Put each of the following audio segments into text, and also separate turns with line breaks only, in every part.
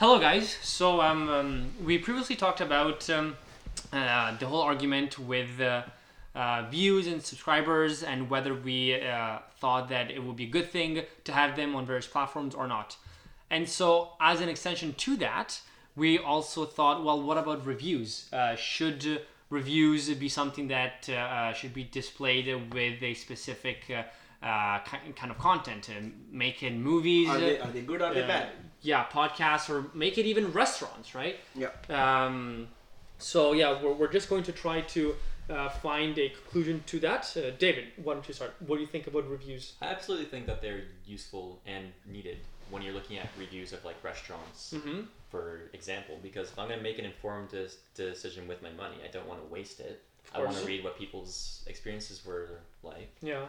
guys. So um, um, we previously talked about um, uh, the whole argument with uh, uh, views and subscribers and whether we uh, thought that it would be a good thing to have them on various platforms or not. And so, as an extension to that, we also thought, well, what about reviews? Uh, should uh, reviews be something that uh, uh, should be displayed with a specific uh, uh, ki- kind of content? Uh, make it movies,
Are they, are they good or they
uh,
bad?
yeah, podcasts, or make it even restaurants, right?
Yeah.
Um, so yeah, we're, we're just going to try to uh, find a conclusion to that. Uh, David, why don't you start? What do you think about reviews?
I absolutely think that they're useful and needed when you're looking at reviews of like restaurants,
Mm-hmm.
for example, because if I'm going to make an informed des- decision with my money, I don't want to waste it. I
course.
want to read what people's experiences were like.
Yeah.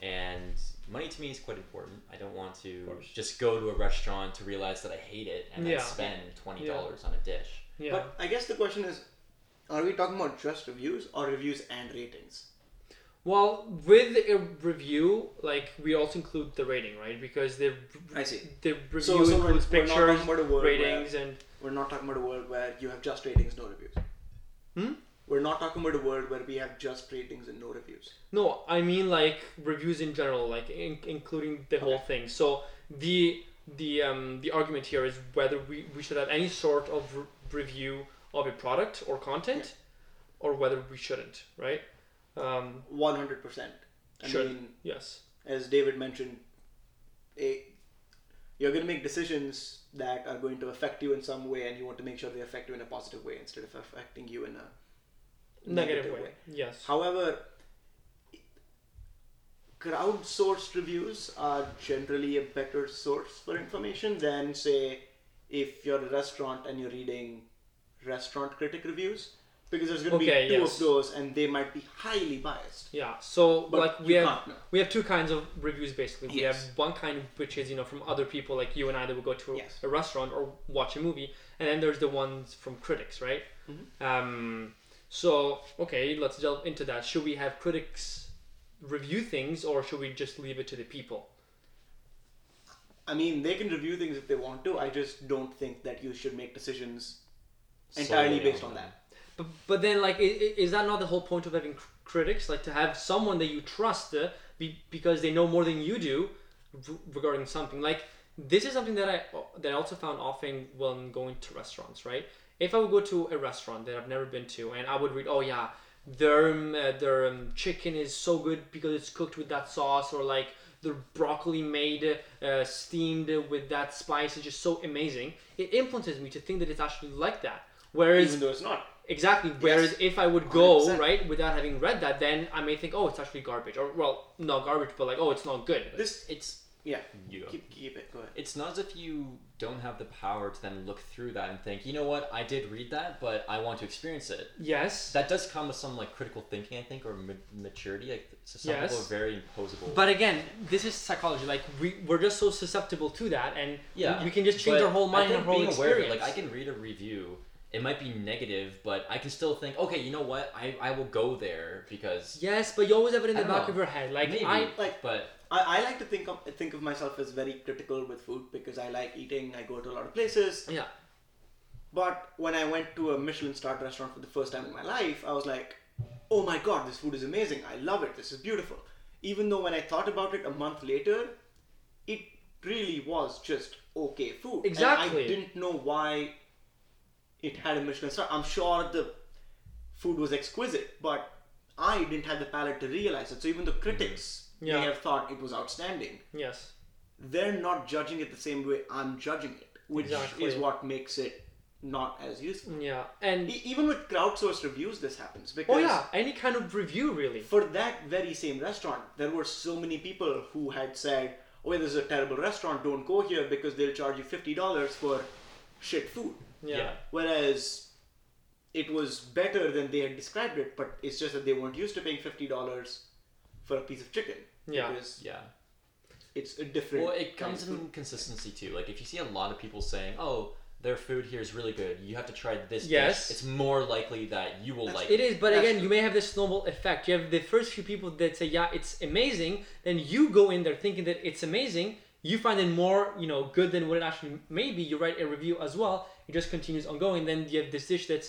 And money to me is quite important. I don't want to
course.
just go to a restaurant to realize that I hate it and
Yeah.
then spend $20 on a dish.
Yeah.
But I guess the question is, are we talking about just reviews or reviews and ratings?
well, with a review, like we also include the rating, right? Because the
I see.
the review
So, so we're,
includes
we're not
pictures,
talking about a world
ratings, and
where we're not talking about a world where you have just ratings, no reviews.
Hmm?
We're not talking about a world where we have just ratings and no reviews.
no, I mean like reviews in general, like in, including the whole thing. So the the um, the argument here is whether we, we should have any sort of re- review of a product or content, or whether we shouldn't, right? Um,
One hundred percent. I
Sure.
mean,
yes.
as David mentioned, a, you're going to make decisions that are going to affect you in some way, and you want to make sure they affect you in a positive way instead of affecting you in a
Negative, way. Yes.
However, crowdsourced reviews are generally a better source for information than, say, if you're a restaurant and you're reading restaurant critic reviews, because there's going to
Okay,
be two
yes.
of those, and they might be highly biased.
Yeah. So
But
like we
you
have
can't know.
we have two kinds of reviews basically. We
Yes.
have one kind which is you know from other people like you and I that would go to a-
Yes.
a restaurant or watch a movie, and then there's the ones from critics, right?
Mm-hmm.
Um, so okay, let's delve into that. Should we have critics review things, or should we just leave it to the people?
I mean, they can review things if they want to. I just don't think that you should make decisions entirely
Solely
based on that.
But, but then like i- i- is that not the whole point of having cr- critics like to have someone that you trust uh, be, because they know more than you do r- regarding something like this is something that i that i also found often when going to restaurants right if i would go to a restaurant that i've never been to and i would read oh yeah their um, uh, their um, chicken is so good because it's cooked with that sauce or like the broccoli made uh, steamed with that spice is just so amazing it influences me to think that it's actually like that whereas
Even though it's not.
Exactly. Whereas if I would go
100%.
right without having read that, then I may think, oh, it's actually garbage, or well, not garbage, but like, oh, it's not good.
This,
It's
yeah,
you go.
keep, keep it, go ahead.
it's not as if you don't have the power to then look through that and think, you know what, I did read that, but I want to experience it.
Yes,
That does come with some like critical thinking, I think, or ma- maturity. Like, so some people
Yes.
are very imposable.
but again, this is psychology. Like we we're just so susceptible to that, and
yeah,
we, we can just change our
but
whole
I
mind,
think
our whole
being
experience.
Aware of it, like I can read a review. It might be negative, but I can still think, okay, you know what, I, I will go there because
yes, but you always have it in
I
the
don't
back
know.
of your head. Like
maybe,
I
like-
but
I, I like to think of think of myself as very critical with food because I like eating. I go to a lot of places.
yeah
But when I went to a Michelin starred restaurant for the first time in my life, I was like, "Oh my god, this food is amazing! I love it. This is beautiful." Even though when I thought about it a month later, it really was just okay food. And
Exactly.
I didn't know why it had a Michelin star. I'm sure the food was exquisite, but I didn't have the palate to realize it. So even the critics
Yeah.
may have thought it was outstanding
yes
they're not judging it the same way I'm judging it, which
Exactly.
is what makes it not as useful.
yeah and
E- even with crowdsourced reviews, this happens because
Mm. oh yeah any kind of review really
for that very same restaurant, there were so many people who had said, "Oh, yeah, this is a terrible restaurant. Don't go here because they'll charge you fifty dollars for shit food."
yeah.
Yeah.
Whereas it was better than they had described it, but it's just that they weren't used to paying fifty dollars for a piece of chicken.
Yeah.
because
yeah.
it's a different.
Well, it
kind
comes
of food.
in consistency too. Like if you see a lot of people saying, "Oh, their food here is really good. You have to try this." dish,"
Yes.
it's more likely that you will like
It is, but
That's
again,
true.
you may have this snowball effect. You have the first few people that say, "Yeah, it's amazing," then you go in there thinking that it's amazing. You find it more, you know, good than what it actually may be. You write a review as well, It just continues ongoing. Then you have this dish that's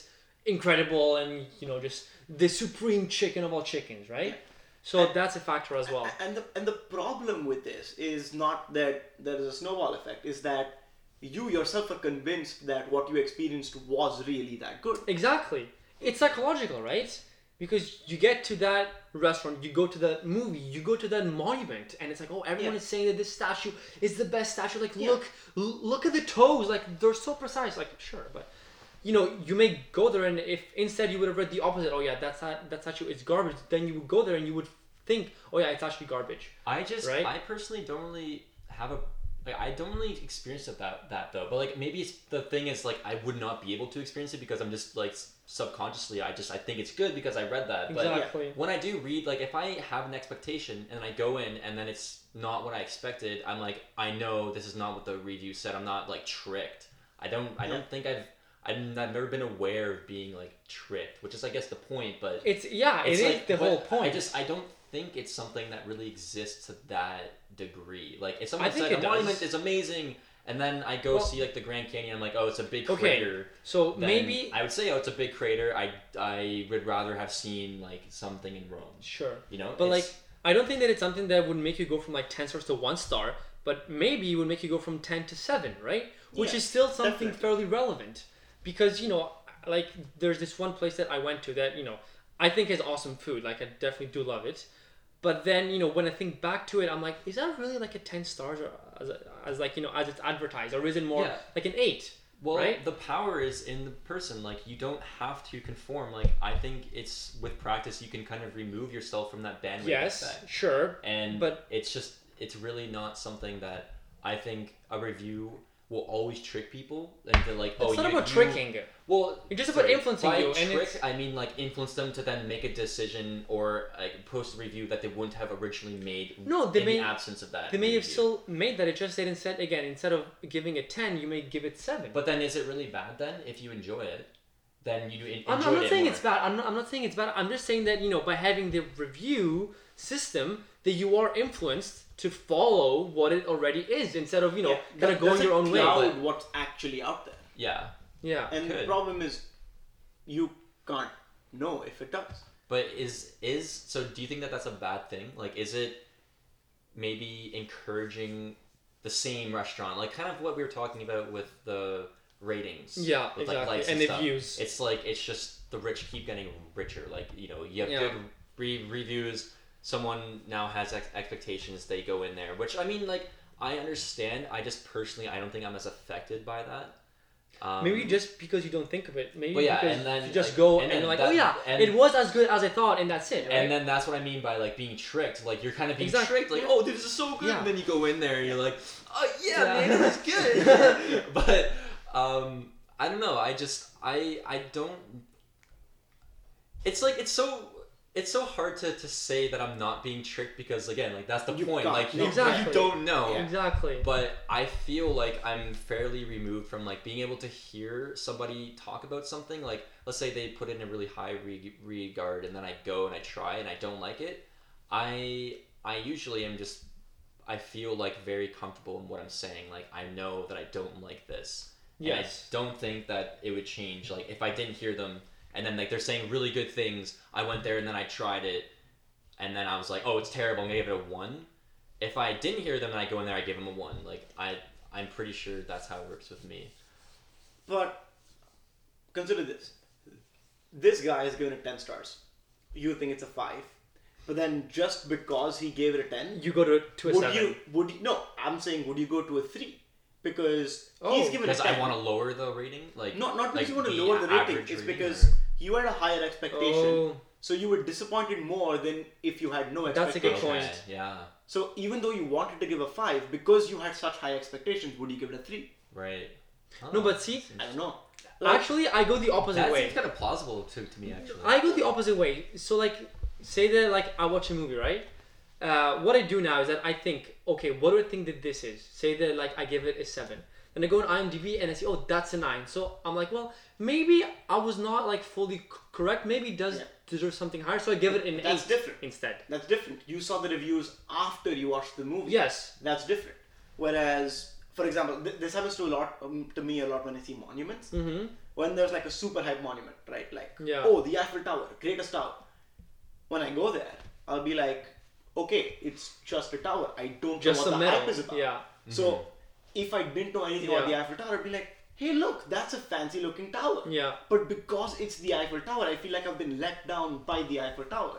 incredible and you know just the supreme chicken of all chickens, right? So that's a factor as well.
A- And the and the problem with this is not that there is a snowball effect. Is that you yourself are convinced that what you experienced was really that good.
Exactly. It's psychological, right? Because you get to that restaurant, you go to that movie, you go to that monument, and it's like, oh, everyone
Yeah.
is saying that this statue is the best statue. Like,
Yeah.
look, l- look at the toes. Like, they're so precise. Like, sure, but you know, you may go there, and if instead you would have read the opposite, oh yeah, that's that that statue is garbage. Then you would go there and you would think, oh yeah, it's actually garbage.
I just
Right?
I personally don't really have a like I don't really experience it that that though. But like maybe it's the thing is like I would not be able to experience it because I'm just like s- subconsciously I just I think it's good because I read that. But
Exactly.
when I do read like if I have an expectation and I go in and then it's not what I expected, I'm like I know this is not what the review said. I'm not like tricked. I don't I
Yeah.
don't think I've I'm, I've never been aware of being like tricked, which is I guess the point. But
It's yeah, it's
like,
the
what-
whole point.
I just I don't think it's something that really exists to that degree. Like
I
if someone
think
said
it
a monument
does.
is amazing, and then I go
Well-
see like the Grand Canyon, I'm like, oh, it's a big
Okay,
crater.
so
then
maybe
I would say, oh, it's a big crater. I I would rather have seen like something in Rome.
sure.
You know,
But
It's-
like, I don't think that it's something that would make you go from like ten stars to one star, but maybe it would make you go from ten to seven, right? Which
Yeah,
is still something
definitely.
fairly relevant, because you know, like there's this one place that I went to that you know I think has awesome food. Like I definitely do love it, but then you know when I think back to it, I'm like, is that really like a ten stars or as, as like you know as it's advertised, or is it more
Yeah.
like an eight?
well,
right?
the power is in the person. Like you don't have to conform. Like I think it's with practice you can kind of remove yourself from that bandwagon.
Yes,
effect.
sure.
and
But-
but it's just it's really not something that I think a review will always trick people and they're like oh
it's not
you,
about
you-
tricking.
well
It's just about
sorry,
influencing
by
you, and
trick
it's-
I mean like influence them to then make a decision or like post a review that they wouldn't have originally made
No, they
in
may-
the absence of that
They may have
review.
still made that. It just they instead again instead of giving it ten, you may give it seven.
but then is it really bad then if you enjoy it then you do en- enjoy
I'm, I'm not
it
saying
more.
it's bad. I'm not, I'm not saying it's bad. I'm just saying that you know by having the review system that you are influenced to follow what it already is instead of you know kind of going your own way.
Cloud
but-
what's actually out there.
yeah
yeah.
And the
Could.
problem is, you can't know if it does.
But is is so? Do you think that that's a bad thing? Like, is it maybe encouraging the same restaurant? Like, kind of what we were talking about with the ratings.
Yeah,
with,
exactly,
likes
and the
stuff.
views.
It's like it's just the rich keep getting richer. Like you know, you have
Yeah.
good re- reviews. Someone now has ex- expectations. They go in there, which I mean, like I understand. I just personally, I don't think I'm as affected by that. Um,
Maybe just because you don't think of it. Maybe
Well, yeah,
because
and then,
you just
like-
go
and
and,
then
you're like,
that-
oh yeah,
and-
it was as good as I thought, and that's it. Right?
And then that's what I mean by like being tricked. Like you're kind of being
Exactly.
tricked. Like, oh, this is so good.
Yeah.
And then you go in there and you're like, oh yeah,
Yeah.
man, it's good. but um, I don't know. I just I I don't. It's like it's so it's so hard to to say that I'm not being tricked because again, like that's the
You
point.
don't
Like
know.
you,
Exactly.
you don't know.
Yeah.
exactly.
But I feel like I'm fairly removed from like being able to hear somebody talk about something. Like, let's say they put in a really high re- regard, and then I go and I try and I don't like it. I I usually am just I feel like very comfortable in what I'm saying. Like, I know that I don't like this. And
yes.
I don't think that it would change. Like, if I didn't hear them, and then like they're saying really good things, I went there and then I tried it, and then I was like, oh, it's terrible. I'm gonna give it a one. If I didn't hear them, and I go in there, I give them a one. Like I, I'm pretty sure that's how it works with me.
But consider this: this guy is given it ten stars. You think it's a five, but then just because he gave it a ten,
you go to to a
would
seven.
you would you, no? I'm saying would you go to a three because he's
Oh,
given a
Because
ten.
I want to lower the rating. Like
Not not because
like
you want to
the
lower the rating.
average
It's
rating
because
or-
you had a higher expectation,
oh,
so you were disappointed more than if you had no
That's a
expectation.
good
Okay,
point.
Yeah.
So even though you wanted to give a five, because you had such high expectations, would you give it a three?
Right.
No,
Oh,
but see,
I don't know. Like,
actually, I go the opposite
that
way.
seems kind of plausible to, to me actually.
I go the opposite way. So like, say that like I watch a movie, right? Uh, what I do now is that I think, okay, what do I think that this is? Say that like I give it a seven, then I go on IMDb and I see, oh, that's a nine. So I'm like, well, maybe I was not like fully c- correct. Maybe it does
Yeah.
deserve something higher. So I give it an
That's
eight
different.
instead.
That's different. You saw the reviews after you watched the movie.
Yes.
That's different. Whereas for example, th- this happens to a lot um, to me a lot when I see monuments.
Mm-hmm.
When there's like a super hype monument, right? Like,
Yeah.
oh, the Eiffel Tower, greatest tower. When I go there, I'll be like, okay, it's just a tower. I don't
Just the
know what the hype
metal.
is about.
Yeah. Mm-hmm.
So if I didn't know anything about the
Yeah.
Eiffel Tower, I'd be like, hey, look, that's a fancy looking tower.
Yeah.
But because it's the Eiffel Tower, I feel like I've been let down by the Eiffel Tower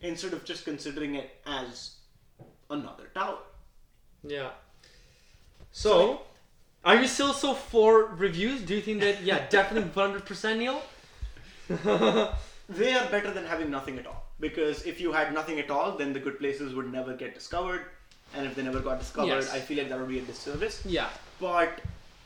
instead of just considering it as another tower.
Yeah. So, are you still so for reviews? Do you think that yeah, definitely one hundred percent, Neil?
They are better than having nothing at all. Because if you had nothing at all, then the good places would never get discovered. And if they never got discovered,
Yes.
I feel like that would be a disservice.
Yeah.
But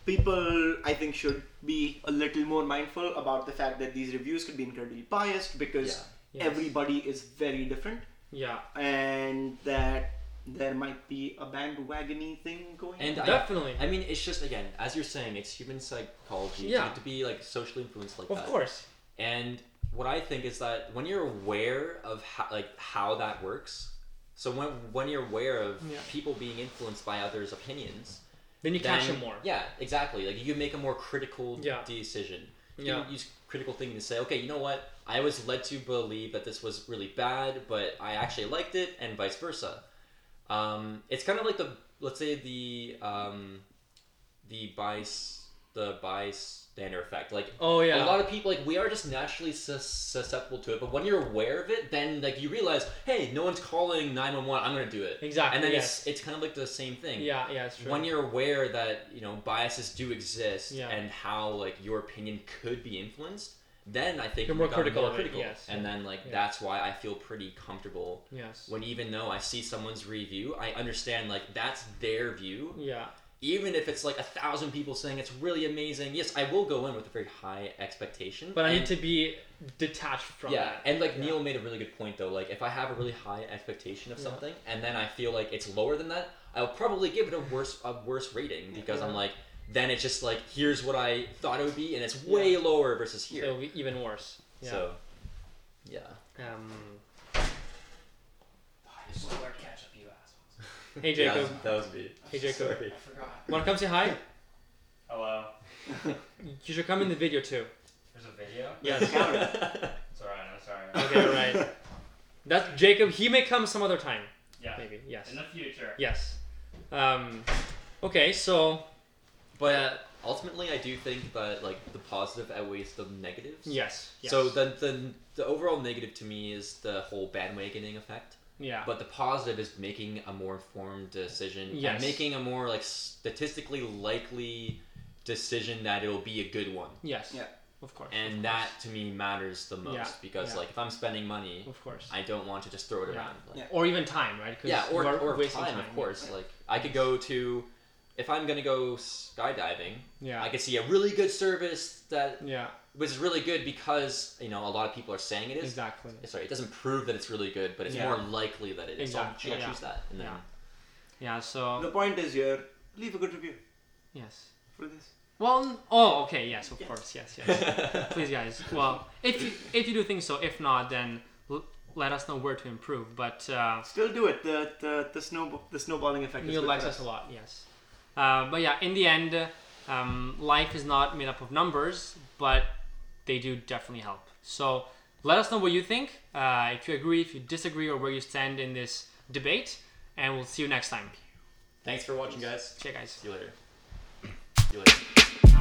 people, I think, should be a little more mindful about the fact that these reviews could be incredibly biased because
Yeah. Yes.
everybody is very different
Yeah.
and that there might be a bandwagony thing going
And
on.
I-
Definitely.
I mean, it's just again, as you're saying, it's human psychology. You
Yeah.
have to be like socially influenced like
Of
that.
course.
And what I think is that when you're aware of how, like how that works, so when when you're aware of
Yeah.
people being influenced by others' opinions,
Then you catch them
then-
more.
Yeah, exactly. Like you can make a more critical
Yeah.
decision. You
Yeah.
can use critical thinking to say, okay, you know what? I was led to believe that this was really bad, but I actually liked it, and vice versa. Um, it's kind of like the let's say the um, the bias the bystander effect. Like
Oh yeah.
a lot of people like we are just naturally sus- susceptible to it, but when you're aware of it, then like you realize, hey, no one's calling nine one one. I'm gonna do it.
Exactly,
And then
yes.
it's it's kind of like the same thing
yeah. Yeah. It's true.
when you're aware that you know biases do exist
Yeah.
and how like your opinion could be influenced then i think
You're
you
more
become
critical
more
of it,
critical
yes.
and then like
Yeah.
that's why i feel pretty comfortable
yes.
when even though i see someone's review i understand like that's their view
yeah.
even if it's like a thousand people saying it's really amazing yes i will go in with a very high expectation
But I
and-
need to be detached from
yeah,
that.
and like
Yeah.
Neil made a really good point though. Like, if I have a really high expectation of
Yeah.
something, and then I feel like it's lower than that, I'll probably give it a worse a worse rating because I'm
Yeah.
like, then it's just like here's what I thought it would be, and it's way lower versus
So
here.
it'll be even worse. Yeah.
So, yeah.
Um.
I just wear ketchup, you assholes.
Hey
Yeah,
Jacob.
that was, that was me.
Hey, Jacob.
Sorry.
I forgot.
Wanna come say hi?
Hello.
You should come in the video too.
There's a video.
Yeah.
It's alright. I'm sorry.
Okay. Right. That's Jacob. He may come some other time.
Yeah.
Maybe. Yes.
In the future.
Yes. Um. Okay. So.
but uh, ultimately, I do think that like the positive outweighs the negatives.
Yes. yes.
So the, the the overall negative to me is the whole bandwagoning effect.
Yeah.
But the positive is making a more informed decision
Yes.
and making a more like statistically likely decision that it'll be a good one.
Yes.
Yeah.
Of course. of
And
course.
that to me matters the most
Yeah,
because
yeah.
like if I'm spending money,
Of course.
I don't want to just throw it
Yeah.
around. Like,
Yeah.
or even time, right? 'Cause
yeah, or
you are
or
wasting
time, of course. Like I could go to if I'm gonna go skydiving,
Yeah.
I could see a really good service that
yeah.
which is really good because you know a lot of people are saying it is.
Exactly.
Sorry, it doesn't prove that it's really good, but it's
Yeah.
more likely that it is. So I'm
Exactly,
gonna
yeah.
choose that, and then
Yeah. Yeah. So.
The point is here, leave a good review
Yes.
for this.
Well. Oh. Okay. Yes. Of
Yes.
course. Yes. Yes. Please, guys. Well, if you if you do think so, if not, then l- let us know where to improve. But uh,
Still do it. The the, the snow the snowballing effect. is
Neil
good
likes
for
us a lot. Yes. Uh, but yeah, in the end, uh, um, life is not made up of numbers, but they do definitely help. So let us know what you think. Uh, if you agree, if you disagree, or where you stand in this debate. And we'll see you next time.
Thanks for watching, guys.
See you guys.
See you later. See you later.